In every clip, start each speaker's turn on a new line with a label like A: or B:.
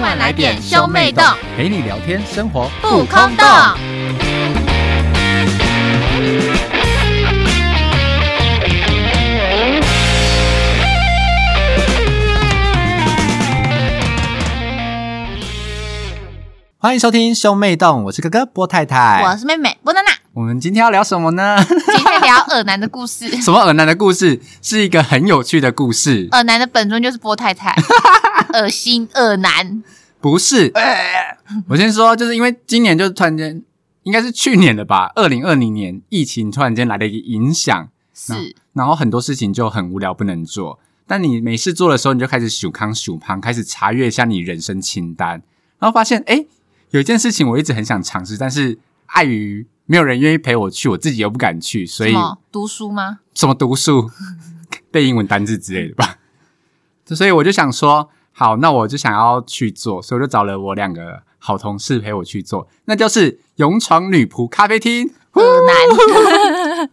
A: 快来点兄妹洞，
B: 陪你聊天，生活
A: 不空洞。
B: 欢迎收听兄妹洞，我是哥哥波太太。
A: 我是妹妹波娜娜，
B: 我们今天要聊什么呢？
A: 今天聊耳男的故 事。
B: 什么耳男的故事？是一个很有趣的故事，
A: 耳男的本尊就是波太 太，恶心耳男，
B: 不是？我先说，就是因为今年就突然间，应该是去年的吧，二零二零年疫情突然间来的一个影响，
A: 是
B: 然后很多事情就很无聊，不能做。但你没事做的时候，你就开始数康数胖，开始查阅一下你人生清单，然后发现，哎，有一件事情我一直很想尝试，但是碍于没有人愿意陪我去，我自己又不敢去，所
A: 什
B: 以
A: 么读书吗？
B: 什么读数、背英文单字之类的吧。 所以我就想说，好，那我就想要去做，所以我就找了我两个好同事陪我去做，那就是勇闯女仆咖啡厅。
A: 耳男，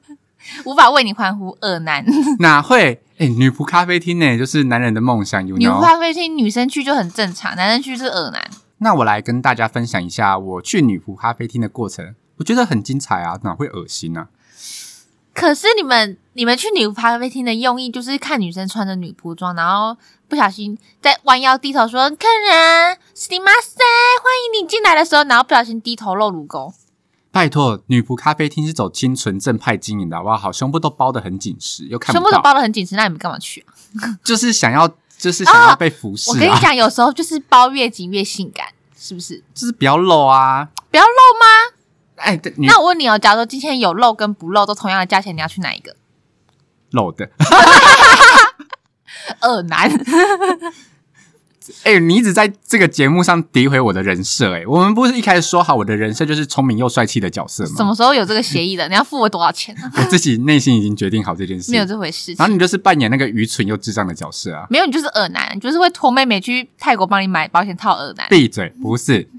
A: 无法为你欢呼，耳 男。
B: 哪会？哎、女仆咖啡厅呢，就是男人的梦想，you
A: 女
B: know。
A: 咖啡厅女生去就很正常，男生去是耳男。
B: 那我来跟大家分享一下我去女仆咖啡厅的过程，我觉得很精彩啊，哪会恶心啊？
A: 可是你们你们去女仆咖啡厅的用意就是看女生穿着女仆装，然后不小心在弯腰低头说“客人，すみません，欢迎你进来”的时候，然后不小心低头露乳沟。
B: 拜托，女仆咖啡厅是走清纯正派经营的，好不好？胸部都包得很紧实，又看
A: 全部
B: 不
A: 都
B: 到，
A: 包得很紧实，那你们干嘛去啊？
B: 就是想要，就是想要被服侍
A: 我跟你
B: 啊，
A: 讲，有时候就是包越紧越性感，是不是？
B: 就是不要露啊。
A: 不要露吗？
B: 哎，对女
A: 那我问你哦，假如说今天有露跟不露都同样的价钱，你要去哪一个？
B: 露的，
A: 二男，
B: 嗯哎、你一直在这个节目上诋毁我的人设，哎，我们不是一开始说好我的人设就是聪明又帅气的角色
A: 什
B: 吗？
A: 么时候有这个协议 的？你要付我多少钱啊？
B: 我自己内心已经决定好这件事
A: 没，有这回事。
B: 然后你就是扮演那个愚蠢又智障的角色啊。
A: 没有，你就是耳男，你就是会托妹妹去泰国帮你买保险套耳男。
B: 闭嘴，不是。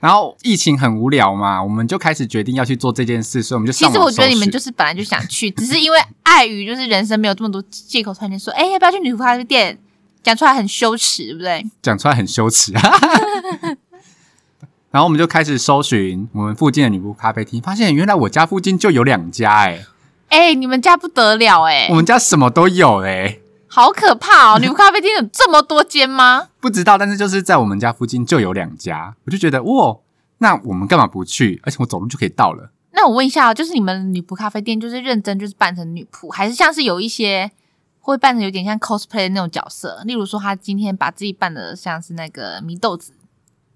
B: 然后疫情很无聊嘛，我们就开始决定要去做这件事，所以我们就
A: 其
B: 上
A: 实
B: 网
A: 我觉得你们
B: 搜寻
A: 就是本来就想去， 只是因为碍于就是人生没有这么多借口，突然间说，哎、要不要去女仆咖啡店？讲出来很羞耻，对不对？
B: 讲出来很羞耻啊。 然后我们就开始搜寻我们附近的女仆咖啡厅，发现原来我家附近就有两家哎、
A: 哎、你们家不得了哎、
B: 我们家什么都有哎、
A: 好可怕哦！女仆咖啡厅有这么多间吗？
B: 不知道，但是就是在我们家附近就有两家，我就觉得哇，那我们干嘛不去？而且我走路就可以到了。
A: 那我问一下哦，就是你们女仆咖啡店就是认真就是扮成女仆，还是像是有一些会扮成有点像 cosplay 的那种角色？例如说，她今天把自己扮的像是那个祢豆子，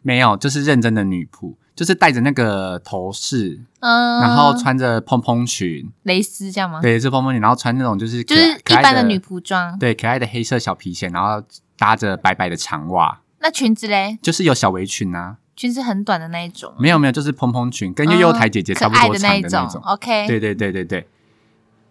B: 没有，就是认真的女仆，就是戴着那个头饰，
A: 嗯，
B: 然后穿着蓬蓬裙，
A: 蕾丝这样吗？
B: 对，是蓬蓬裙，然后穿那种就是可
A: 就是一
B: 可爱
A: 般的女仆装。
B: 对，可爱的黑色小皮鞋，然后搭着白白的长袜，
A: 那裙子嘞？
B: 就是有小围裙啊，
A: 裙子很短的那一种，
B: 没有没有，就是蓬蓬裙，跟
A: 嗯
B: 悠悠台姐姐
A: 可
B: 差不
A: 爱
B: 多
A: 那
B: 长
A: 一
B: 的那
A: 种。
B: 种。
A: OK，
B: 对对对对对。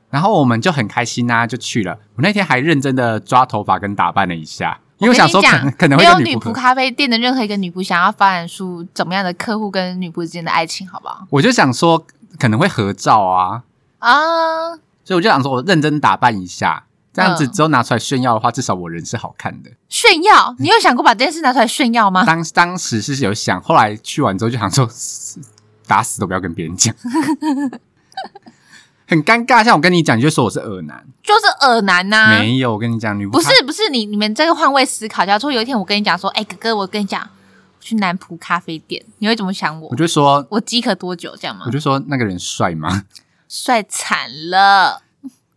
B: 然后我们就很开心啊，就去了。我那天还认真的抓头发跟打扮了一下，因
A: 我
B: 为想
A: 跟
B: 说
A: 你
B: 可
A: 讲
B: 能，可能
A: 没
B: 会
A: 有
B: 跟
A: 女仆
B: 仆。
A: 咖啡店的任何一个女仆想要发展出怎么样的客户跟女仆之间的爱情，好不好？
B: 我就想说可能会合照啊，
A: 啊，
B: 所以我就想说我认真打扮一下，这样子
A: 嗯
B: 之后拿出来炫耀的话，至少我人是好看的。
A: 炫耀！你有想过把这件事拿出来炫耀吗？
B: 嗯当当时是有想，后来去完之后就想说， 死打死都不要跟别人讲， 很尴尬。像我跟你讲，你就说我是耳男，
A: 就是耳男呐、
B: 没有。我跟你讲，女仆
A: 啊不
B: 咖
A: 是不是，你你们这个换位思考，假如说有一天我跟你讲说，哎、哥哥，我跟你讲，我去南浦咖啡店，你会怎么想我
B: 我？就说，
A: 我饥渴多久这样吗
B: 我？就说那个人帅吗？
A: 帅惨了，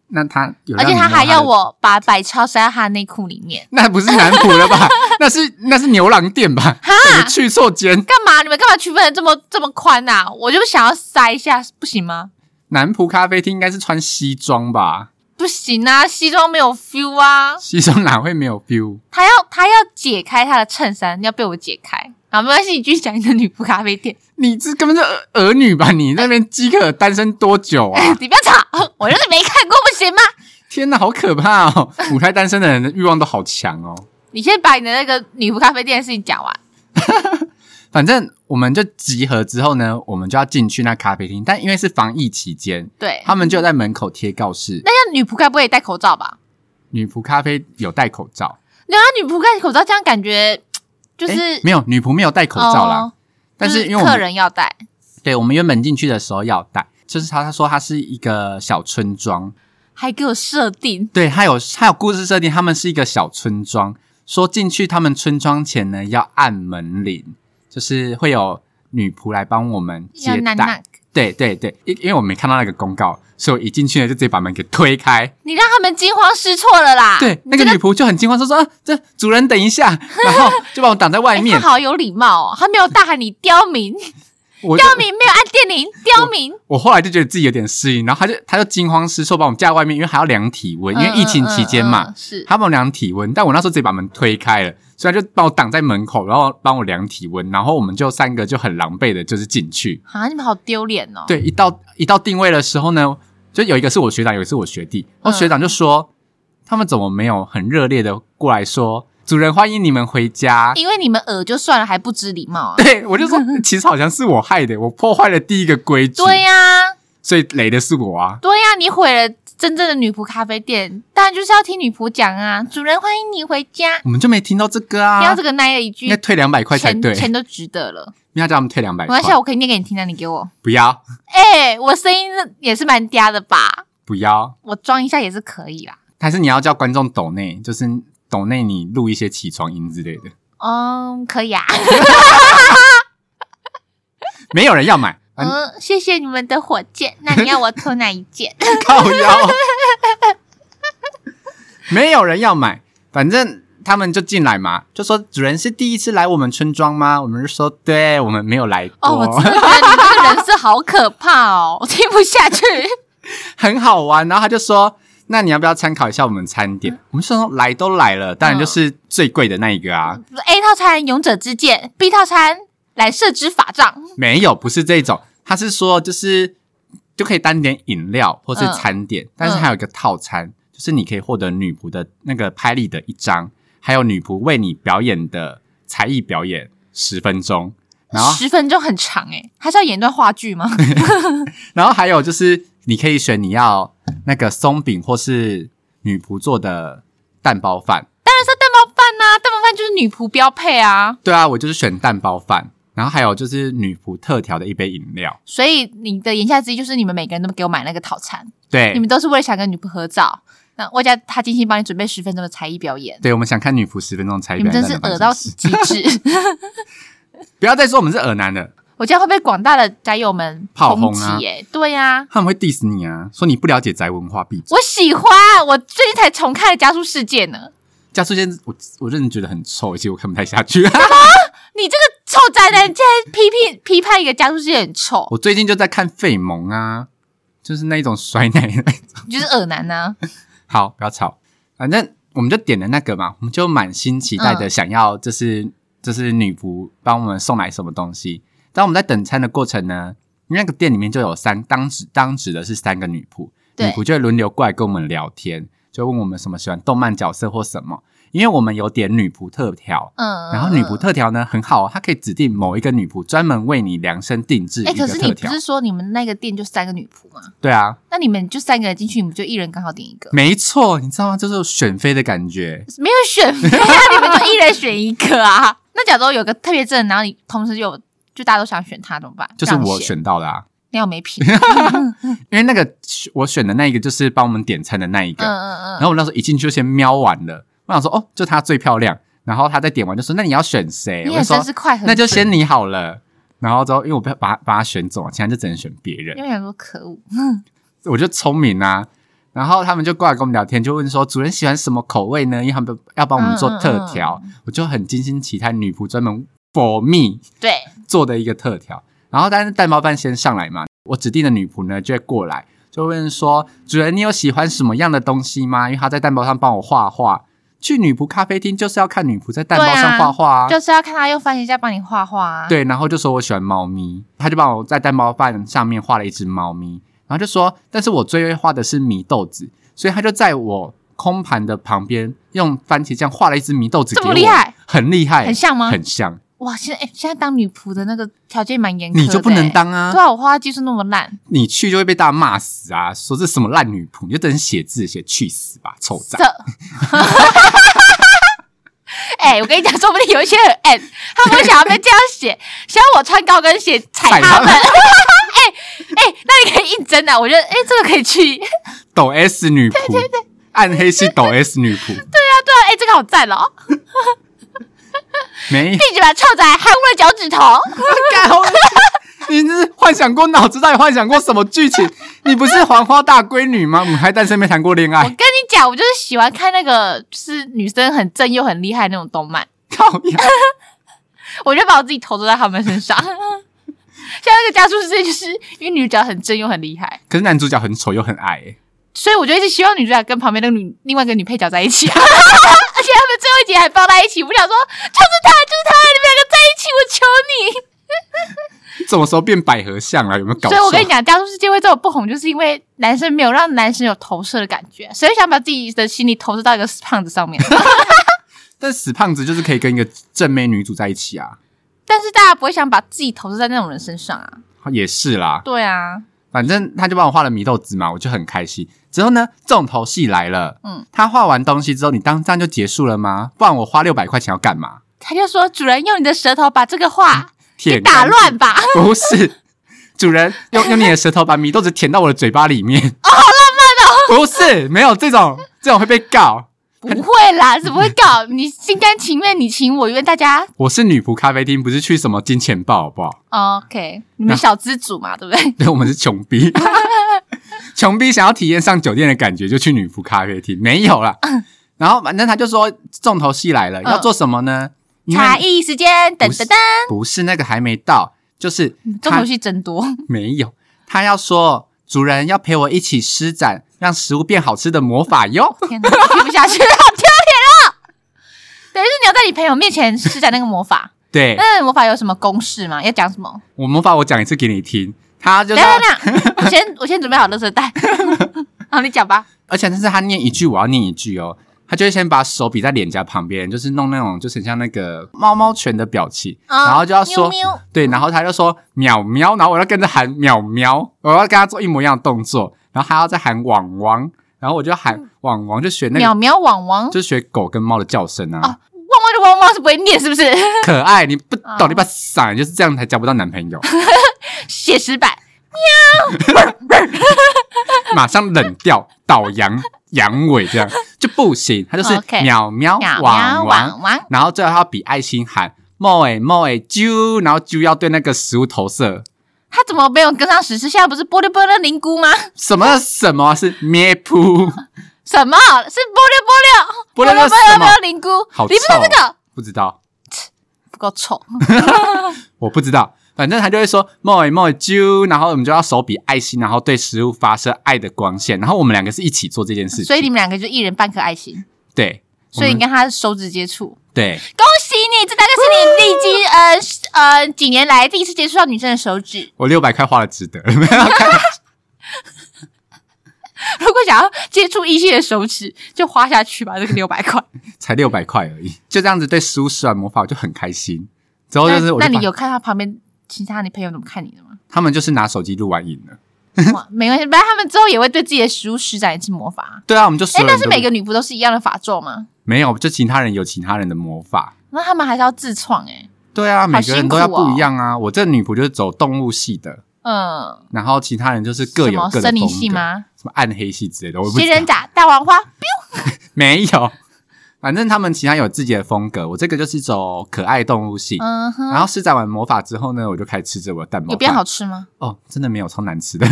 B: 那他有，
A: 而且他还要，我把百超塞到他的内裤里面，
B: 那不是男仆 了吧？那是那是牛郎店吧？我们去错间，
A: 干嘛？你们干嘛区分的这么这么宽呐、我就想要塞一下，不行吗？
B: 男仆咖啡厅应该是穿西装吧？
A: 不行啊，西装没有 feel 啊，
B: 西装哪会没有 feel？
A: 他要他要解开他的衬衫，要被我解开。好，没关系，你继续讲你的女仆咖啡店，
B: 你这根本是儿儿女吧？你那边饥渴单身多久啊？
A: 你不要吵，我就是没看过，不行吗？
B: 天哪，好可怕哦！ 母胎单身的人的欲望都好强哦。
A: 你先把你的那个女仆咖啡店的事情讲完。
B: 反正我们就集合之后呢，我们就要进去那咖啡厅，但因为是防疫期间，
A: 对，
B: 他们就在门口贴告示，
A: 那像女仆该不会也戴口罩吧？
B: 女仆咖啡有戴口罩。
A: 对啊，女仆戴口罩这样感觉就是、
B: 诶没有女仆没有戴口罩啦，
A: 哦
B: 但
A: 就是
B: 因为我
A: 客
B: 们
A: 人要带，
B: 对我们原本进去的时候要戴，就是他他说他是一个小村庄，
A: 还给我设定
B: 对，他有他有故事设定，他们是一个小村庄，说进去他们村庄前呢要按门铃，就是会有女仆来帮我们
A: 要
B: 接
A: 娜
B: 待
A: 娜。，
B: 对对对，因因为我没看到那个公告，所以我一进去呢就直接把门给推开。
A: 你让他们惊慌失措了啦。啊
B: 对，
A: 你
B: 那个
A: 这
B: 女仆就很惊慌，说说、啊、这主人等 一下，然后就把我挡在外
A: 哎
B: 面。
A: 他好有礼貌哦，他没有大喊你刁民，
B: 我就
A: 刁民没有按电铃，刁民。
B: 我后来就觉得自己有点适应，然后他就他就惊慌失措把我们架在外面，因为还要量体温，因为疫情期间嘛，
A: 嗯嗯嗯嗯嗯是
B: 他帮我量体温，但我那时候直接把门推开了，所以他就把我挡在门口，然后帮我量体温，然后我们就三个就很狼狈的，就是进去。
A: 啊，你们好丢脸哦。
B: 对，一到一到定位的时候呢，就有一个是我学长，有一个是我学弟，
A: 嗯
B: 然后学长就说、他们怎么没有很热烈的过来说主人欢迎你们 回家。
A: 因为你们耳就算了，还不知礼貌啊。
B: 对，我 就说，其实好像是我害的，我破坏了第一个规矩，
A: 对呀、
B: 所以雷的是我啊。
A: 对呀、你毁了真正的女仆咖啡店，当然就是要听女仆讲啊。主人欢迎你回家，
B: 我们就没听到这个啊，
A: 听到这个那一句
B: 应该，退两百块才
A: 钱
B: 对，
A: 钱都值得了。
B: 应该叫他们退两百
A: 没
B: 块
A: 关。系啊，我可以念给你听啊，你给我。
B: 不要
A: 哎、我声音也是蛮嗲的吧？
B: 不要，
A: 我装一下也是可以啦。
B: 还是你要叫观众抖内，就是抖内你录一些起床音之类的，
A: 嗯，可以啊。
B: 没有人要买，啊、
A: 嗯，谢谢你们的火箭。那你要我抽哪一 件？
B: 靠腰，没有人要买，反正。他们就进来嘛，就说主人是第一次来我们村庄吗？我们就说对，我们没有来过，
A: 哦，我真的觉得你这个人是好可怕哦， 我听不下去。
B: 很好玩。然后他就说，那你要不要参考一下我们餐
A: 嗯
B: 点？我们说来都来了，当然就是最贵的那一个啊。
A: A 哎套餐勇者之剑，B 套餐来设之法杖。
B: 没有，不是这种，他是说就是就可以单点饮料或是餐点，但是还有一个套餐，就是你可以获得女仆的那个拍立得一张，还有女仆为你表演的才艺表演十分钟，然后
A: 十分钟很长诶、他是要演一段话剧 吗？
B: 然后还有就是你可以选你要那个松饼或是女仆做的蛋包饭。
A: 当然是蛋包饭呐、蛋包饭就是女仆标配啊。
B: 对啊，我就是选蛋包饭，然后还有就是女仆特调的一杯饮料。
A: 所以你的言下之意就是你们每个人都给我买那个套餐，你
B: 对
A: 们，都是为了想跟女仆合照。那外加他精心帮你准备十分钟的才艺表演，
B: 对，我们想看女仆十分钟才艺
A: 你
B: 表
A: 们
B: 演
A: 真
B: 蛋
A: 是
B: 的方式。
A: 恶到极致。
B: 不要再说我们是耳男了。
A: 我这样会被广大的宅友们
B: 炮轰啊
A: 抨击、欸？对呀、
B: 他们会 diss 你啊，说你不了解宅文化闭嘴。
A: 我喜欢，我最近才重看了《加速世界》呢。加
B: 加速间，我我认真觉得很臭，其实我看不太下去。
A: 你这个臭宅男，竟然批评批判一个《加速世界》很臭，
B: 我最近就在看费蒙啊，就是那一种甩奶的那一种。
A: 你就是恶男啊呐、
B: 好，不要吵，反正我们就点了那个嘛，我们就满心期待的想要，就是、就是女仆帮我们送来什么东西。当我们在等餐的过程呢，因为那个店里面就有三当值当值的是三个女仆，女
A: 对
B: 仆就会轮流过来跟我们聊天，就问我们什么喜欢动漫角色或什么。因为我们有点女仆特调，
A: 嗯，
B: 然后女仆特调呢很好、哦，它可以指定某一个女仆专门为你量身定制一
A: 哎、可
B: 个
A: 是你
B: 特
A: 不
B: 调。
A: 是说你们那个店就三个女仆吗？
B: 对啊，
A: 那你们就三个人进去，你们就一人刚好点一个，
B: 没错，你知道吗？这就是选妃的感觉。
A: 没有 选妃啊，你们就一人选一个啊。那假如有个特别正，然后你同时有就大家都想选他怎么办？
B: 就是
A: 让你
B: 我，选到的啊，
A: 那我没 品。
B: 因为那个我选的那一个就是帮我们点餐的那一个，
A: 嗯嗯
B: 然
A: 嗯，
B: 后我那时候一进去就先瞄完了，我想说哦，就她最漂亮，然后她再点完就说那你要选谁？
A: 你
B: 我
A: 也
B: 就
A: 真
B: 说
A: 是快很准，
B: 那就先你好了，然后之后因为我不要把把她选走，现在就只能选别人
A: 因，为想说可恶，
B: 我就聪明啊。然后他们就过来跟我们聊天，就问说主人喜欢什么口味呢？因为他们要帮我们做特调，我就很精心期待女仆专门 for me
A: 对，
B: 做的一个特调。然后但是蛋包饭先上来嘛，我指定的女仆呢就会过来，就问说主人你有喜欢什么样的东西吗？因为她在蛋包上帮我画画。去女仆咖啡厅就是要看女仆在蛋包上画画啊。
A: 就是要看他用番茄酱帮你画画啊。
B: 对，然后就说我喜欢猫咪，他就帮我在蛋包饭上面画了一只猫咪，然后就说，但是我最会画的是米豆子，所以他就在我空盘的旁边用番茄酱画了一只米豆子给
A: 这
B: 我，
A: 么厉害，
B: 很厉害，
A: 很像吗
B: 很像，
A: 哇，现在、诶现在当女仆的那个条件蛮严苛的、
B: 你就不能
A: 诶、
B: 当啊
A: 对，啊，我画画技术那么烂，
B: 你去就会被大家骂死啊，说这什么烂女仆，你就等写字写去死吧，臭仔
A: 这，哎、 哎、我跟你讲，说不定有一些很 M，他们会想要被这样写，想要我穿高跟鞋踩
B: 踩
A: 他
B: 他
A: 们。
B: 们
A: 哎哎、那你可以应征啊！我觉得，哎、这个可以去。 对
B: 抖 S 女仆，暗黑系抖 S 女仆，
A: 啊，哎、这个好赞哦！
B: 没有
A: 第几把臭仔还污了脚趾头，
B: 干好恶心你这是幻想过脑子到底幻想过什么剧情？你不是黄花大闺女吗？母胎单身没谈过恋
A: 我
B: 爱
A: 跟，你讲，我就是喜欢看那个，就是女生很正又很厉害那种动漫，
B: 靠呀！
A: 我就把我自己投射在他们身上。 像那个加速世界，就是因为女主角很正又很厉害，
B: 可是男主角很丑又很矮、欸，
A: 所以我就一直希望女主角跟旁边那个女另外一个女配角在一起、 啊，而且他们最后一集还抱在一起。我想说，就是他，就是他，你们两个在一起，我求你。
B: 什么时候变百合像啊了？有没有搞
A: 所
B: 错？
A: 以我跟你讲，加速世界会这么不红，就是因为男生没有让男生有投射的感觉，谁会想把自己的心理投射到一个胖子上面？
B: 但死胖子就是可以跟一个正妹女主在一起啊，
A: 但是大家不会想把自己投射在那种人身上啊。
B: 也是啦。
A: 对啊，
B: 反正他就帮我画了米豆子嘛，我就很开心。之后呢，重头戏来了，
A: 嗯
B: 嗯，他画完东西之后，你当这样就结束了吗？不然我花六百块钱要干嘛？
A: 他就说：“主人，用你的舌头把这个画
B: 舔
A: 打
B: 干净？
A: 乱吧，
B: 不是，主人用用你的舌头把米豆子舔到我的嘴巴里面，哦，好浪漫 哦！不是，没有这种这种会被告。
A: 不会啦，怎么会搞？你心甘情愿，你情我愿，大家
B: 我是女仆咖啡厅，不是去什么金钱豹，好不好？
A: 哦 OK，你们小资主嘛，对不对？
B: 对，我们是穷 逼，穷逼想要体验上酒店的感觉，就去女仆咖啡厅，没有啦。然后反正他就说重头戏来了，
A: 嗯
B: 要做什么呢？因为
A: 茶艺时间，等等等，
B: 不是那个还没到，就是
A: 嗯重头
B: 他
A: 戏真多。
B: 没有，他要说主人要陪我一起施展让食物变好吃的魔法哟。
A: 天哪，我听不下去 了，好丢脸啊！等于是你要在你朋友面前施展那个魔 法，
B: 对，
A: 那魔法有什么公式吗？要讲什么？
B: 我魔法我讲一次给你听，他就
A: 等
B: 是
A: 一，下等一下，我先我先准备好垃圾 袋，好，你讲吧。
B: 而且但是他念一句，我要念一句哦。他就会先把手比在脸颊旁边，就是弄那种就是很像那个猫猫拳的表情，
A: 啊
B: 然后就要说
A: 喵喵
B: 对，然后他就说喵喵，然后我要跟着喊喵喵，我要跟他做一模一样的动作，然后还要再喊汪汪，然后我就喊汪汪，就学那
A: 淼
B: 个，
A: 淼网王，
B: 就学狗跟猫的叫声啊，
A: 哦汪汪的汪汪是不会念，是不是？
B: 可爱，你不懂
A: 哦
B: 你把伞就是这样才交不到男朋友，
A: 写实版。
B: 马上冷掉，倒羊羊尾这样就不行，他就是
A: OK
B: 喵喵
A: 淼淼
B: 汪汪，
A: 网王，
B: 然后最后他要比爱心喊莫诶莫诶啾，然后啾要对那个食物投射，
A: 他怎么没有跟上时事？现在不是波溜波溜灵菇 吗？
B: 什么什么啊是咩噗，
A: 什么是波溜波溜？
B: 波溜波
A: 波
B: 溜
A: 溜波
B: 什么
A: 溜灵菇？
B: 好哦
A: 你不知道
B: 臭
A: 这个
B: 不知道。
A: 不够丑，
B: 我不知道，反正他就会说莫诶莫诶啾，然后我们就要手比爱心，然后对食物发射爱的光线，然后我们两个是一起做这件事情，
A: 所以你们两个就一人半颗爱心，
B: 对，我
A: 所以你
B: 们
A: 跟他手指接触。
B: 对
A: 恭喜你，这大概是你历经呃是呃几年来第一次接触到女生的手指。
B: 我六百块花了值得， 没有开玩笑
A: 如果想要接触异性的手指，就花下去吧，这个六百 块。
B: 才六百块而已，就这样子对食物施完魔法，我就很开心。之后哦就是我
A: 那那
B: 就
A: 你
B: 把
A: 有看他旁边其他你朋友怎么看你的 吗？
B: 他们就是拿手机录完影了，
A: 哇，没关系，反正他们之后也会对自己的食物施展一次魔法啊。
B: 对啊，我们就所
A: 哎，
B: 有人
A: 但是
B: 都
A: 每个女仆都是一样的法咒吗？
B: 没有，就其他人有其他人的魔法。
A: 那他们还是要自创哎、
B: 对啊，每个人都要
A: 辛苦哦
B: 不一样啊！我这女仆就是走动物系的，
A: 嗯，
B: 然后其他人就是各
A: 什
B: 有
A: 么
B: 各的
A: 森
B: 风
A: 林
B: 格，
A: 系吗？
B: 什么暗黑系之类的，我不
A: 仙
B: 知
A: 人
B: 道。
A: 掌、大王花，
B: 没有，反正他们其他有自己的风格，我这个就是走可爱动物系。
A: 嗯
B: 然
A: 哼，
B: 后施展完魔法之后呢，我就开始吃着我的蛋包饭。
A: 有变好吃吗？
B: 哦，真的没有，超难吃的。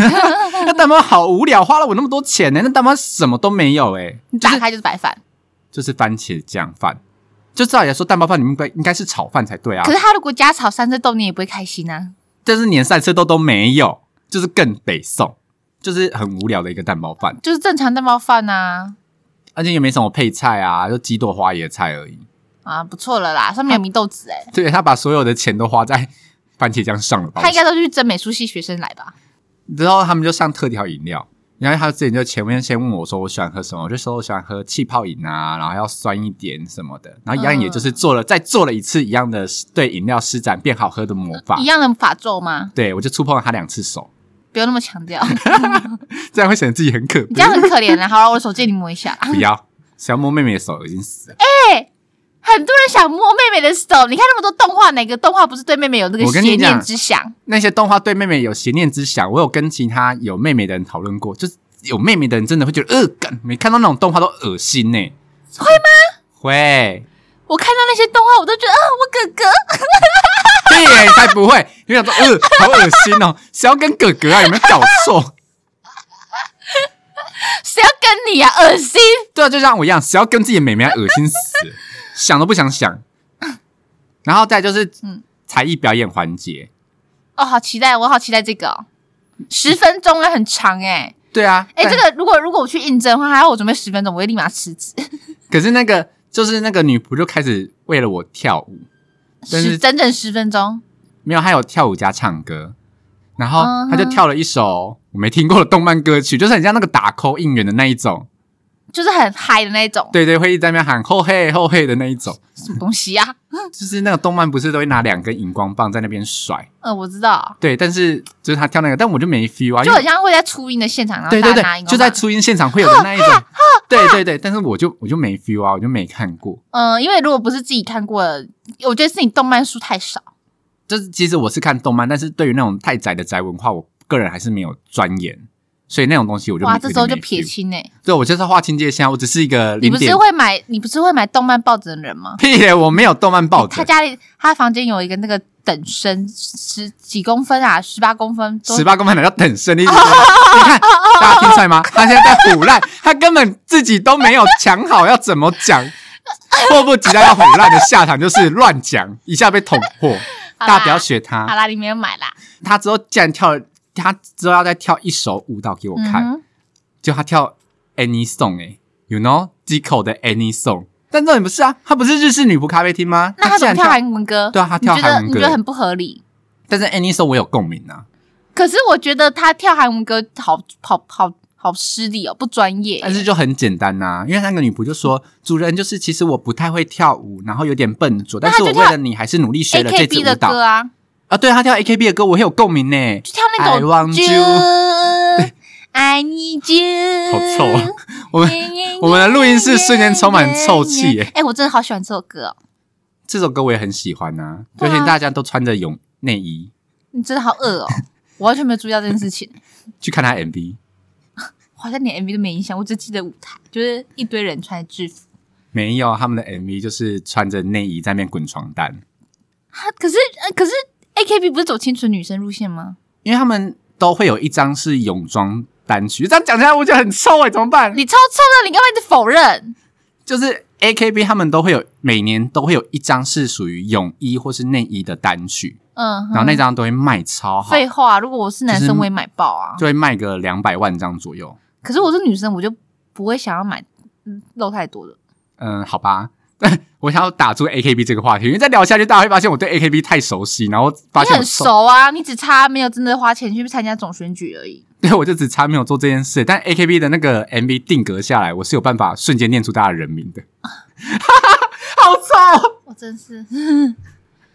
B: 那蛋包好无聊，花了我那么多钱呢，那蛋包什么都没有哎，
A: 你打开就是白饭，
B: 就是番茄酱饭。就照理来说，蛋包饭你们应该应该是炒饭才对啊
A: 可，是他如果加炒三色豆，你也不会开心啊。
B: 但是连赛车豆都没有，就是更得送，就是很无聊的一个蛋包饭，
A: 就是正常蛋包饭啊，
B: 而且也没什么配菜啊，就几朵花椰菜而已。
A: 啊，不错了啦，上面有明豆子哎、
B: 对他把所有的钱都花在番茄酱上了吧？
A: 他应该都是真美术系学生来吧？
B: 然后他们就上特调饮料，然后他之前就前面先问我说我喜欢喝什么，我就说我喜欢喝气泡饮啊，然后要酸一点什么的，然后一样
A: 嗯
B: 也就是做了、再做了一次一样的对饮料施展变好喝的魔法
A: 一，样的法咒吗？
B: 对我就触碰了他两次手，
A: 不用那么强 调，
B: 这样会显得自己很可
A: 你这样
B: 悲。
A: 很可怜啊。好了，我的手借你摸一下。
B: 不要，小摸妹妹的手已经死了，
A: 哎、很多人想摸妹妹的手，你看那么多动画，哪个动画不是对妹妹有那个
B: 我
A: 邪
B: 跟你
A: 念
B: 讲
A: 之想？
B: 那些动画对妹妹有邪念之想，我有跟其他有妹妹的人讨论过，就是有妹妹的人真的会觉得，呃，干每看到那种动画都恶心呢、
A: 会吗？
B: 会，
A: 我看到那些动画，我都觉得，啊，我哥哥，
B: 对耶，才不会，你想说，呃，好恶心哦，谁要跟哥哥啊？有没有搞错？
A: 谁要跟你啊？恶心！
B: 对啊，就像我一样，谁要跟自己的妹妹啊恶心死了，想都不想想。然后再就是，
A: 嗯
B: 才艺表演环节，
A: 哦，好期待，我好期待这个、哦，十分钟啊，很长哎、
B: 对啊，
A: 哎、
B: 但
A: 这个如果如果我去应征的话，还要我准备十分钟，我会立马辞职。
B: 可是那个就是那个女仆就开始为了我跳舞，但是
A: 十整整十分钟，
B: 没有，她有跳舞加唱歌，然后
A: 嗯哼
B: 她就跳了一首我没听过的动漫歌曲，就是很像那个打 call 应援的那一种，
A: 就是很嗨的那种，
B: 对对，会一直在那边喊后嘿后嘿的那一种，
A: 什么东西啊？
B: 就是那个动漫不是都会拿两根荧光棒在那边甩，
A: 嗯，我知道，
B: 对，但是就是她跳那个，但我就没 feel 啊啊，因
A: 就
B: 为
A: 很像会在初音的现场，然后
B: 对
A: 大
B: 对
A: 家拿
B: 对
A: 荧，
B: 就
A: 光
B: 在
A: 棒。
B: 初音现场会有的那一
A: 哦
B: 种，对对对，但是我就我就没 feel 啊，我就没看过。
A: 嗯，因为如果不是自己看过的，我觉得是你动漫书太少。
B: 就是其实我是看动漫，但是对于那种太宅的宅文化，我个人还是没有钻研，所以那种东西我就
A: 哇，
B: 没
A: 这时候就
B: 有点没
A: 撇
B: feel
A: 清哎、
B: 对我就是划清界限啊，我只是一个
A: 你
B: 零
A: 不
B: 点
A: 是会买，你不是会买动漫报纸的人吗？
B: 屁嘞，我没有动漫报纸
A: 哎他，家里他房间有一个那个等身十几公分啊，十八公分，多
B: 十八公分的要等胜利。你
A: 哦
B: 看大家听出来吗？他现在在胡乱，他根本自己都没有想好要怎么 讲，迫不及待要胡乱的下场，就是乱讲，一下被捅破。
A: 好啦
B: 大家不要啊学他。
A: 好啦，你没有买啦。
B: 他之后竟然跳了，他之后要再跳一首舞蹈给我看，
A: 嗯哼
B: 就他跳 Any Song 哎、y o u know Zico 的 Any Song，但重点不是啊，他不是日式女仆咖啡厅吗？
A: 那他
B: 竟
A: 怎么
B: 然
A: 跳韩文歌？
B: 对啊他跳
A: 你觉得
B: 韩文
A: 你
B: 歌
A: 觉得很不合理。
B: 但是 Any Song 我有共鸣啊，
A: 可是我觉得他跳韩文歌好好好好失礼哦，不专业耶。
B: 但是就很简单呐、因为那个女仆就说，主人就是其实我不太会跳舞，然后有点笨拙，但
A: 那她
B: 是
A: 就
B: 我为了你还是努力学
A: A
B: 了这
A: K
B: 支
A: B
B: 舞
A: 的
B: 蹈
A: 歌啊，
B: 啊，对他跳 A K B 的歌我很有共鸣呢、
A: 就跳那
B: I
A: 种
B: want
A: you, I need you，
B: 好臭 啊我们
A: 们
B: 我们的录音室瞬间充满臭气耶
A: 哎、我真的好喜欢这首歌哦，
B: 这首歌我也很喜欢呐、
A: 对
B: 而
A: 啊
B: 且大家都穿着泳内衣
A: 你真的好 恶哦，我完全没有注意到这件事情。
B: 去看他 MV，
A: 好像连 MV 都没印象，我只记得舞台，就是一堆人穿制服。
B: 没有他们的 MV 就是穿着内衣在那边滚床单。
A: 他可是、呃可是 AKB 不是走清纯女生路线吗？
B: 因为他们都会有一张是泳装单曲，这样讲起来我觉得很臭哎、怎么办？
A: 你超臭的，你干嘛一直否认？
B: 就是 A K B 他们都会有每年都会有一张是属于泳衣或是内衣的单曲，
A: 嗯哼，
B: 然后那张都会卖超好，
A: 废话，如果我是男
B: 就
A: 生，
B: 是
A: 我也买爆啊。
B: 就会卖个两百万张左右。
A: 可是我是女生，我就不会想要买嗯露太多的。
B: 嗯，好吧。 我想要打住 A K B 这个话题，因为再聊下去，大家会发现我对 A K B 太熟悉，然后发
A: 你
B: 现我
A: 很熟啊，你只差没有真的花钱去参加总选举而已。
B: 对，我就只差没有做这件事。但 A K B 的那个 M V 定格下来，我是有办法瞬间念出大家的人名的。 好臭！
A: 我真是，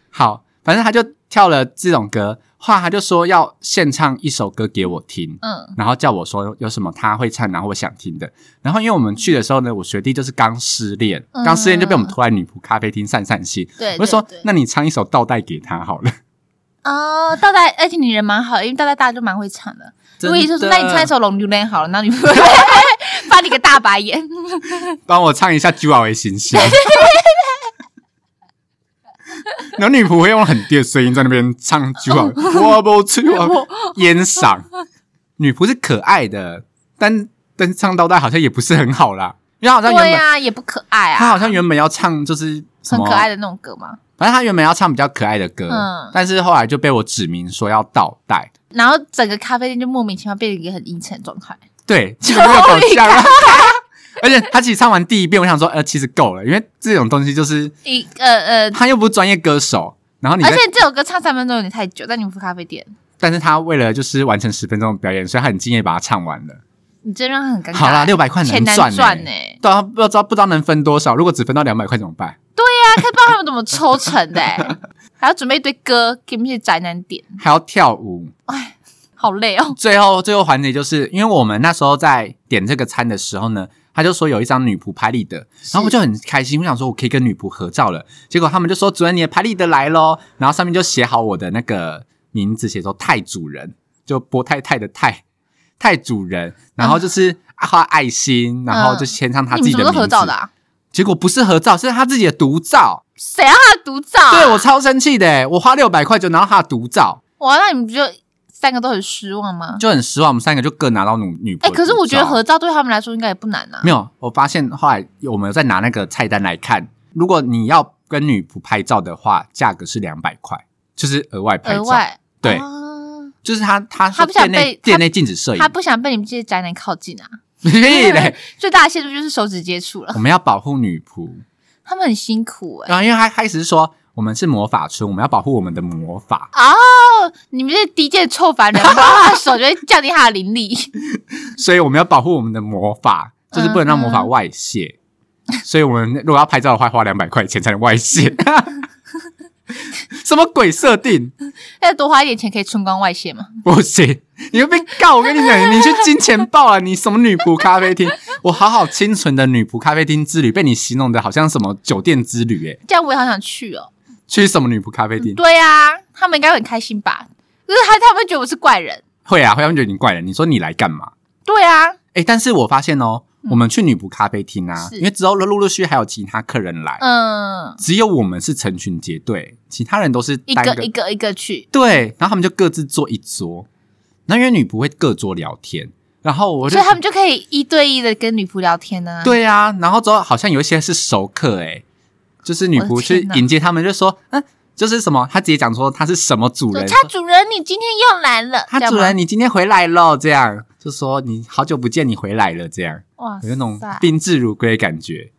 B: 好，反正他就跳了这种歌，后来他就说要献唱一首歌给我听，
A: 嗯，
B: 然后叫我说有什么他会唱，然后我想听的。然后因为我们去的时候呢，我学弟就是刚失恋，
A: 嗯
B: 刚失恋就被我们拖来女仆咖啡厅散散心。
A: 对，
B: 我就说
A: 对，对
B: 那你唱一首倒带给他好了。
A: 哦，倒带，而且你人蛮好，因为倒带大家就蛮会唱的。如果你说
B: 真的
A: 那你唱一首《龙流泪》好了，那你 翻你个大白眼。
B: 帮我唱一下《九尾行星》。然后女仆会用很低的声音在那边唱《九 尾》，我不去我烟嗓。女仆是可爱的，但但是唱到大好像也不是很好啦，因为她好像原
A: 对
B: 本、
A: 呀，也不可爱
B: 她
A: 啊，
B: 好像原本要唱就是什
A: 很
B: 么
A: 可爱的那种歌嘛。
B: 反正她原本要唱比较可爱的歌，
A: 嗯
B: 但是后来就被我指明说要倒带，
A: 然后整个咖啡店就莫名其妙变成一个很阴沉的状态。
B: 对，结果没有搞笑
A: Oh
B: 啦。 而且她其实唱完第一遍，我想说，呃，其实够了，因为这种东西就是
A: 一呃呃，
B: 他又不是专业歌手，然后你在
A: 而，且这首歌唱三分钟有点太久，在你们咖啡店，
B: 但是他为了就是完成十分钟的表演，所以他很敬业把它唱完了。
A: 你真让他很尴尬。
B: 好啦，六百块
A: 钱
B: 能
A: 难
B: 赚
A: 赚欸
B: 呢、
A: 呢、
B: 对啊，不知道不知道能分多少，如果只分到两百块怎么办？
A: 大家看啊不知道他们怎么抽成的、 欸，还要准备一堆歌给那些宅男点，
B: 还要跳舞。
A: 好累哦。
B: 最后最后环节就是，因为我们那时候在点这个餐的时候呢，他就说有一张女仆拍立得，然后我就很开心，我想说我可以跟女仆合照了。结果他们就说主人你的拍立得来喽，然后上面就写好我的那个名字，写说太主人，就波太太的太太主人，然后就是画爱心，然后就签上他
A: 嗯你
B: 自
A: 们
B: 己
A: 怎
B: 的
A: 么
B: 名
A: 都
B: 字。
A: 合照的、啊？
B: 结果不是合照，是他自己的独照。
A: 谁让他独照、啊？
B: 对我超生气的欸，我花六百块就拿到他的独照，
A: 哇，那你们不就三个都很失望吗？
B: 就很失望。我们三个就各拿到女女仆的
A: 哎、
B: 独照。
A: 可是我觉得合照对他们来说应该也不难啊。
B: 没有，我发现后来我们有在拿那个菜单来看，如果你要跟女仆拍照的话，价格是两百块，就是额外拍
A: 额
B: 照。
A: 外
B: 对
A: 啊
B: 就是他他
A: 他
B: 说
A: 不想
B: 店内
A: 被
B: 店
A: 他
B: 内禁止摄影
A: 他，不想被你们这些宅男靠近啊。
B: 屁 嘞！
A: 最大的限度就是手指接触了，
B: 我们要保护女仆，
A: 他们很辛苦哎、
B: 然后因为他开始是说我们是魔法村，我们要保护我们的魔法。
A: 哦，你们这些低贱臭凡人，不知道他的手就会降低他的灵力。
B: 所以我们要保护我们的魔法，就是不能让魔法外泄。
A: 嗯
B: 所以我们如果要拍照的话，花两百块钱才能外 泄。 什么鬼设定？
A: 再多花一点钱可以春光外泄嘛？
B: 不行，你会被告！我跟你 讲，你去金钱豹啊！你什么女仆咖啡厅？我好好清纯的女仆咖啡厅之旅，被你形容的好像什么酒店之旅、欸，
A: 这样我也好想去哦。
B: 去什么女仆咖啡厅？
A: 对啊，他们应该会很开心吧？可是他他们会觉得我是怪人。
B: 会啊，会他们觉得你怪人。你说你来干嘛？
A: 对啊，
B: 哎、但是我发现哦，我们去女仆咖啡厅啊，
A: 嗯是
B: 因为之后陆陆续续还有其他客人来，
A: 嗯，
B: 只有我们是成群结队，其他人都是
A: 一
B: 单
A: 个一个一个去，
B: 对，然后他们就各自坐一桌。那因为女仆会各桌聊天，然后我就
A: 所以他们就可以一对一的跟女仆聊天呢、啊。，
B: 对啊，然后之后好像有一些是熟客、欸，就是女仆
A: 我的天
B: 去
A: 哪
B: 迎接他们，就说，嗯，就是什么，他直接讲说他是什么主人，
A: 他主人，你今天又来了。
B: 他
A: 这样
B: 主
A: 吗
B: 人，你今天回来喽，这样就说你好久不见，你回来了，这样
A: 哇塞，
B: 有那种宾至如归的感觉。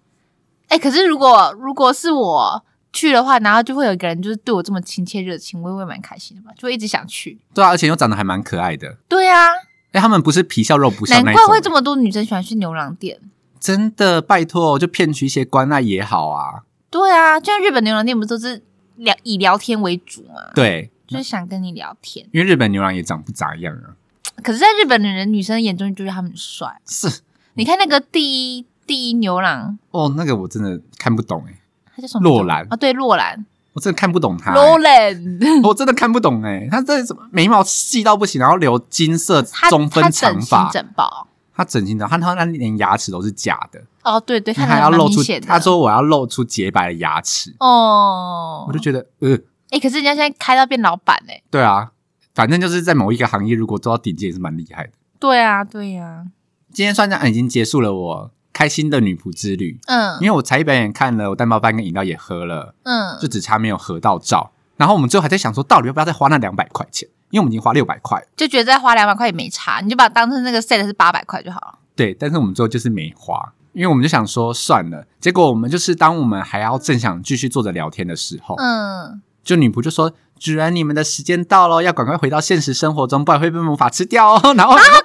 A: 哎、可是如果如果是我去的话，然后就会有一个人就是对我这么亲切热情，我也会蛮开心的吧，就会一直想去。
B: 对啊，而且又长得还蛮可爱的。
A: 对啊，
B: 哎、他们不是皮笑肉不笑
A: 难
B: 那一
A: 怪
B: 种，
A: 会这么多女生喜欢去牛郎店。
B: 真的拜托，就骗取一些关爱也好啊。
A: 对啊，就像日本牛郎店不是都是聊以聊天为主嘛，
B: 对，
A: 就是想跟你聊天。
B: 因为日本牛郎也长不咋样啊。
A: 可是，在日本的人女生眼中就觉得他们很帅。
B: 是
A: 你看那个第一第一牛郎，
B: 哦，那个我真的看不懂哎、
A: 他叫什么？
B: 洛兰
A: 啊，对，洛兰，
B: 我真的看不懂他、欸。
A: 洛兰。
B: 我真的看不懂哎、欸，他这怎么眉毛细到不行，然后留金色
A: 他
B: 中分
A: 他
B: 长
A: 整
B: 发
A: 形，整爆
B: 他整形的，他他他连牙齿都是假的，
A: 哦，对对，
B: 他
A: 看
B: 还
A: 他
B: 要
A: 蛮
B: 露
A: 明
B: 出，
A: 显的。
B: 他说我要露出洁白的牙齿，
A: 哦，
B: 我就觉得呃，
A: 哎、可是人家现在开到变老板哎、
B: 对啊，反正就是在某一个行业如果做到顶尖也是蛮厉害的。
A: 对啊，对呀、
B: 今天算啊账已经结束了我开心的女仆之旅，因
A: 嗯
B: 为我才艺表演看了，我蛋包饭跟饮料也喝了，
A: 嗯
B: 就，只差没有合到照。然后我们最后还在想说，到底要不要再花那两百块钱？因为我们已经花六百块了，
A: 就觉得再花两百块也没差，你就把它当成那个 set 是八百块就好了。
B: 对，但是我们最后就是没花，因为我们就想说算了。结果我们就是当我们还要正想继续坐着聊天的时候，
A: 嗯，
B: 就女仆就说：“主人，你们的时间到喽，要赶快回到现实生活中，不然会被魔法吃掉哦。” 然后
A: 啊
B: 我们说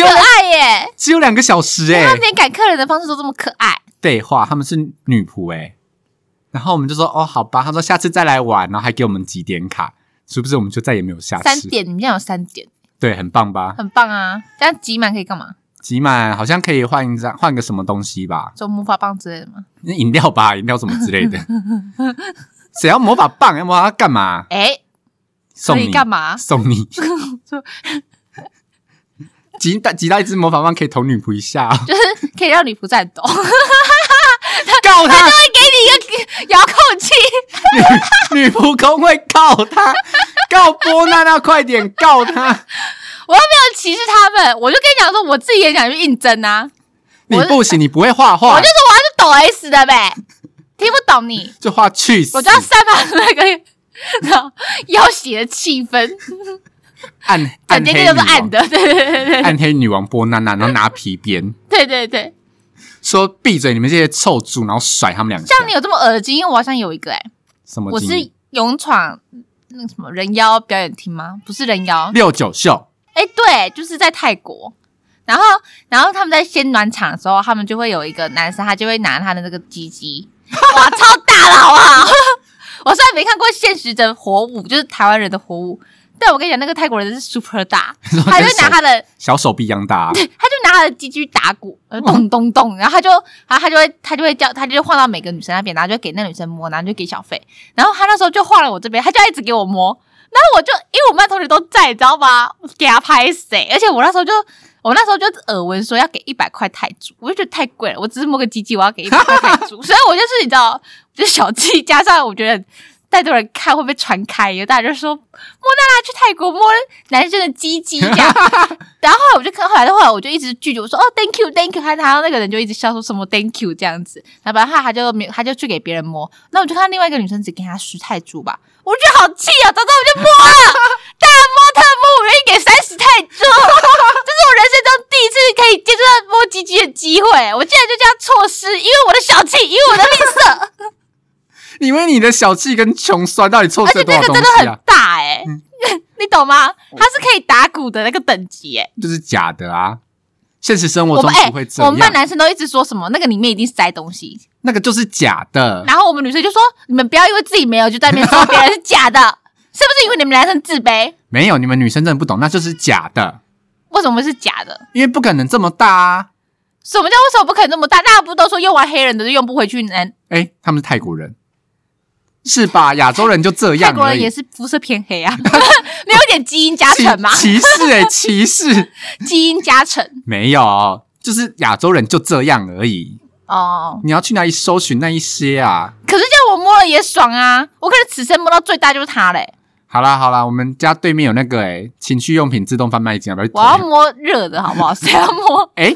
A: 哎
B: 有
A: 呦，很可爱耶！
B: 只有两个小时哎、
A: 他们连赶客人的方式都这么可爱，
B: 对话他们是女仆哎、然后我们就说：“哦，好吧。”他说：“下次再来玩。”然后还给我们几点卡，是不是我们就再也没有下
A: 三
B: 次？
A: 点，你们这样有三点，
B: 对，很棒吧？
A: 很棒啊！这样挤满可以干嘛？
B: 集满好像可以换一张，换个什么东西吧？
A: 做魔法棒之类的吗？
B: 那饮料吧，饮料什么之 类的。谁要魔法棒？要魔法干嘛？
A: 哎、
B: 送
A: 可
B: 你
A: 以干嘛？
B: 送 你。集到集到一只魔法棒可以投女仆一 下、哦，
A: 就是可以让女仆战斗，
B: 告他
A: 给你一个遥控器，
B: 女仆工会告他，告波娜娜快点告他！
A: 我又没有歧视他们，我就跟你讲说，我自己也想去应征啊，
B: 你
A: 我
B: 不行，你不会画画
A: 我就，说我要是抖 S 的呗，听不懂你。
B: 就画去死
A: 我就要散发出那个那种要血的气氛，
B: 暗暗
A: 整间
B: 黑女
A: 店都是暗
B: 王，
A: 的，对对对
B: 暗黑女王波娜娜，然后拿皮鞭
A: 对对对。
B: 说闭嘴，你们这些臭猪，然后甩他们两下
A: 像你。有这么恶的经验，我好像有一个哎、
B: 什么
A: 我
B: 经历？
A: 是勇闯那个什么人妖表演厅吗？不是人妖，
B: 六九秀，
A: 哎、对，就是在泰国。然后，然后他们在先暖场的时候，他们就会有一个男生，他就会拿他的那个鸡鸡，哇，超大了，好不好？ 我虽然没看过现实的火舞，就是台湾人的火舞，但我跟你讲，那个泰国人是 super 大，
B: 说
A: 他就
B: 跟
A: 会拿
B: 手
A: 他的
B: 小手臂一样大啊、
A: 他就拿他的鸡鸡打鼓，呃，咚咚咚，然后他就，然后他就会，他就会叫，他就会晃到每个女生那边，然后就给那女生摸，然后就给小费，然后他那时候就晃了我这边，他就一直给我摸，然后我就因为我们班同学都在，你知道吗？给他拍谁？而且我那时候就，我那时候就耳闻说要给一百块泰铢，我就觉得太贵了，我只是摸个鸡鸡，我要给一百块泰铢，所以我就是你知道，就是小气，加上我觉得。太多人看会被传开，有大家就说莫娜娜去泰国摸男生的鸡鸡这样，然后后来我就看，后来的话我就一直拒绝，我说哦，thank you，thank you，他然后那个人就一直笑说什么 thank you 这样子，然后他他就没有他就去给别人摸，那我就看到另外一个女生只给他十泰铢吧，我就觉得好气啊，早知道我就摸了， 大摸特摸，我愿意给三十泰铢，这是我人生中第一次可以接触到摸鸡鸡的机会，我竟然就这样错失，因为我的小气，因为我的吝啬，
B: 因为你的小气跟穷酸，到底 错
A: 而
B: 失
A: 且
B: 了多
A: 那个
B: 少东
A: 真的
B: 西
A: 很
B: 啊？
A: 大哎、 你懂吗？它是可以打鼓的那个等级哎、
B: 就是假的啊！现实生活
A: 我
B: 中
A: 们哎、
B: 不会这
A: 我
B: 样
A: 们，班男生都一直说什么那个里面一定塞东西，
B: 那个就是假的。
A: 然后我们女生就说你们不要因为自己没有就在那边说别人是假的， 是不是因为你们男生自卑？
B: 没有，你们女生真的不懂，那就是假的，
A: 为什么是假的？
B: 因为不可能这么大啊！
A: 什么叫为什么不可能这么大？大家不都说用完黑人的就用不回去男？
B: 哎，他们是泰国人，是吧？亚洲人就这
A: 泰
B: 样
A: 国
B: 而
A: 人也
B: 已。
A: 是肤色偏黑啊， 没有一点基因加
B: 歧
A: 成吗？
B: 歧视哎、歧视
A: 基因加成
B: 没有，就是亚洲人就这样而已。
A: 哦，
B: 你要去哪里搜寻那一些啊？
A: 可是这样我摸了也爽啊！我可能此生摸到最大就是它嘞、
B: 好啦好啦，我们家对面有那个哎、情趣用品自动贩卖机，要不要去
A: 我要
B: 投？
A: 摸热的好不好？谁要摸？
B: 哎、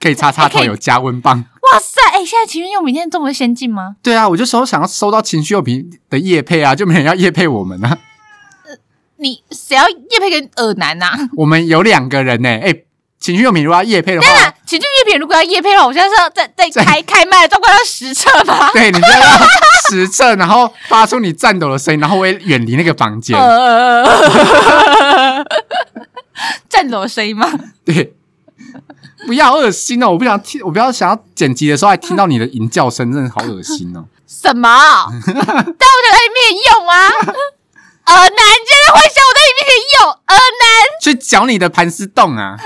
B: 可以插插头，
A: 哎可以
B: 有加温棒。
A: 哇塞！哎、现在情趣用品店这么先进吗？
B: 对啊，我就说想要收到情趣用品的叶配啊，就没人要叶配我们啊。
A: 你谁要叶配跟耳男呐、啊？
B: 我们有两个人呢、哎、情趣用品如果要叶配的话，
A: 情趣用品如果要叶配的话，我现在是要在在
B: 在
A: 开开麦的状况要实测吗？
B: 对，你就要实测，然后发出你颤抖的声音，然后我也远离那个房 间。
A: 呃，颤抖的声音吗？
B: 对，不要恶心哦！我不想听，我不要想要剪辑的时候还听到你的吟叫声，真的好恶心 哦。
A: 什么？在我在你面前用啊？ 耳男，你竟然会想我在你面呃前用耳 男？
B: 去嚼你的盘丝洞啊，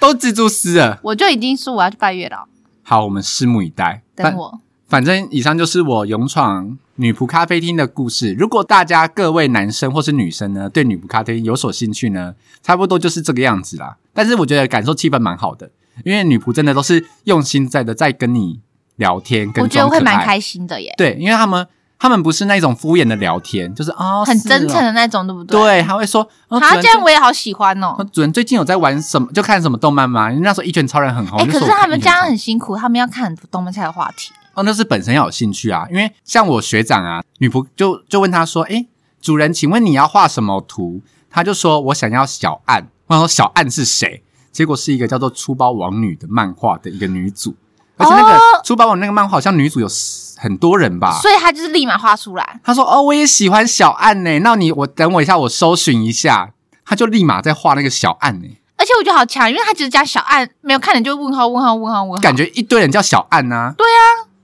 B: 都蜘蛛丝了。
A: 我就已经说我要去拜月老，
B: 好，我们拭目以待。
A: 等我。
B: 反正以上就是我勇闯女仆咖啡厅的故事。如果大家各位男生或是女生呢，对女仆咖啡厅有所兴趣呢，差不多就是这个样子啦。但是我觉得感受气氛蛮好的，因为女仆真的都是用心在的，在跟你聊天，跟
A: 我觉得
B: 装
A: 会
B: 可
A: 蛮
B: 爱。
A: 开心的耶，
B: 对，因为他们他们不是那种敷衍的聊天，就是哦，
A: 很
B: 是
A: 真诚
B: 哦。
A: 的那种，对不对？
B: 对，他会说，
A: 好，
B: 哦、主人
A: 这样我也好喜欢哦
B: 哦。主人最近有在玩什么？就看什么动漫吗？因哦为那时候《一拳超人》很红。
A: 哎、
B: 就
A: 可是
B: 我看
A: 他们
B: 一拳
A: 这样
B: 超人
A: 很辛苦，他们要看很多动漫才有话题。
B: 哦，那是本身要有兴趣啊，因为像我学长啊，女仆就就问他说：“诶，主人，请问你要画什么图？”他就说：“我想要小暗。”我想说：“小暗是谁？”结果是一个叫做《粗包王女》的漫画的一个女主，而且那个
A: 哦
B: 《粗包王》那个漫画好像女主有十很多人吧。
A: 所以他就是立马画出来。
B: 他说：“哦，我也喜欢小暗呢、那你我等我一下，我搜寻一下。”他就立马在画那个小暗呢、
A: 而且我觉得好强，因为他只是加小暗，没有看人就问号问号问号问号，
B: 感觉一堆人叫小暗啊。对啊，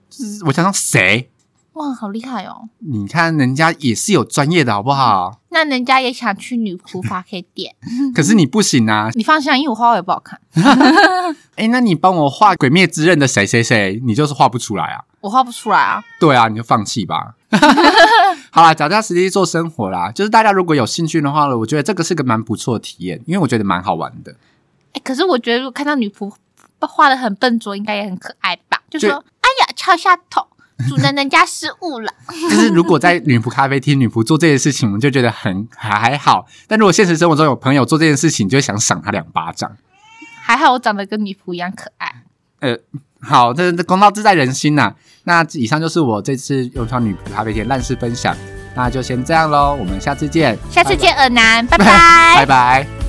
B: 就是我想到谁？
A: 哇，好厉害哦！
B: 你看人家也是有专业的好不好？
A: 那人家也想去女仆咖啡店，
B: 可是你不行啊！
A: 你放心，因为我画画也不好看，
B: 哎，那你帮我画《鬼灭之刃》的谁谁谁，你就是画不出来啊！
A: 我画不出来啊。
B: 对啊，你就放弃吧。 好啦，脚踏实地做生活啦。就是大家如果有兴趣的话呢，我觉得这个是个蛮不错的体验，因为我觉得蛮好玩的。
A: 哎，可是我觉得如果看到女仆画的很笨拙，应该也很可爱吧？就说
B: 对
A: 哎呀，敲下头，主人人家失误了。
B: 就是如果在女仆咖啡厅，女仆做这件事情，我们就觉得很还还好；但如果现实生活中有朋友做这件事情，你就会想赏他两巴掌。
A: 还好我长得跟女仆一样可爱。
B: 好，这这公道自在人心呐、那以上就是我这次用上女仆咖啡厅的烂事分享，那就先这样喽，我们下次见，
A: 下次见，尔南，拜
B: 拜拜拜。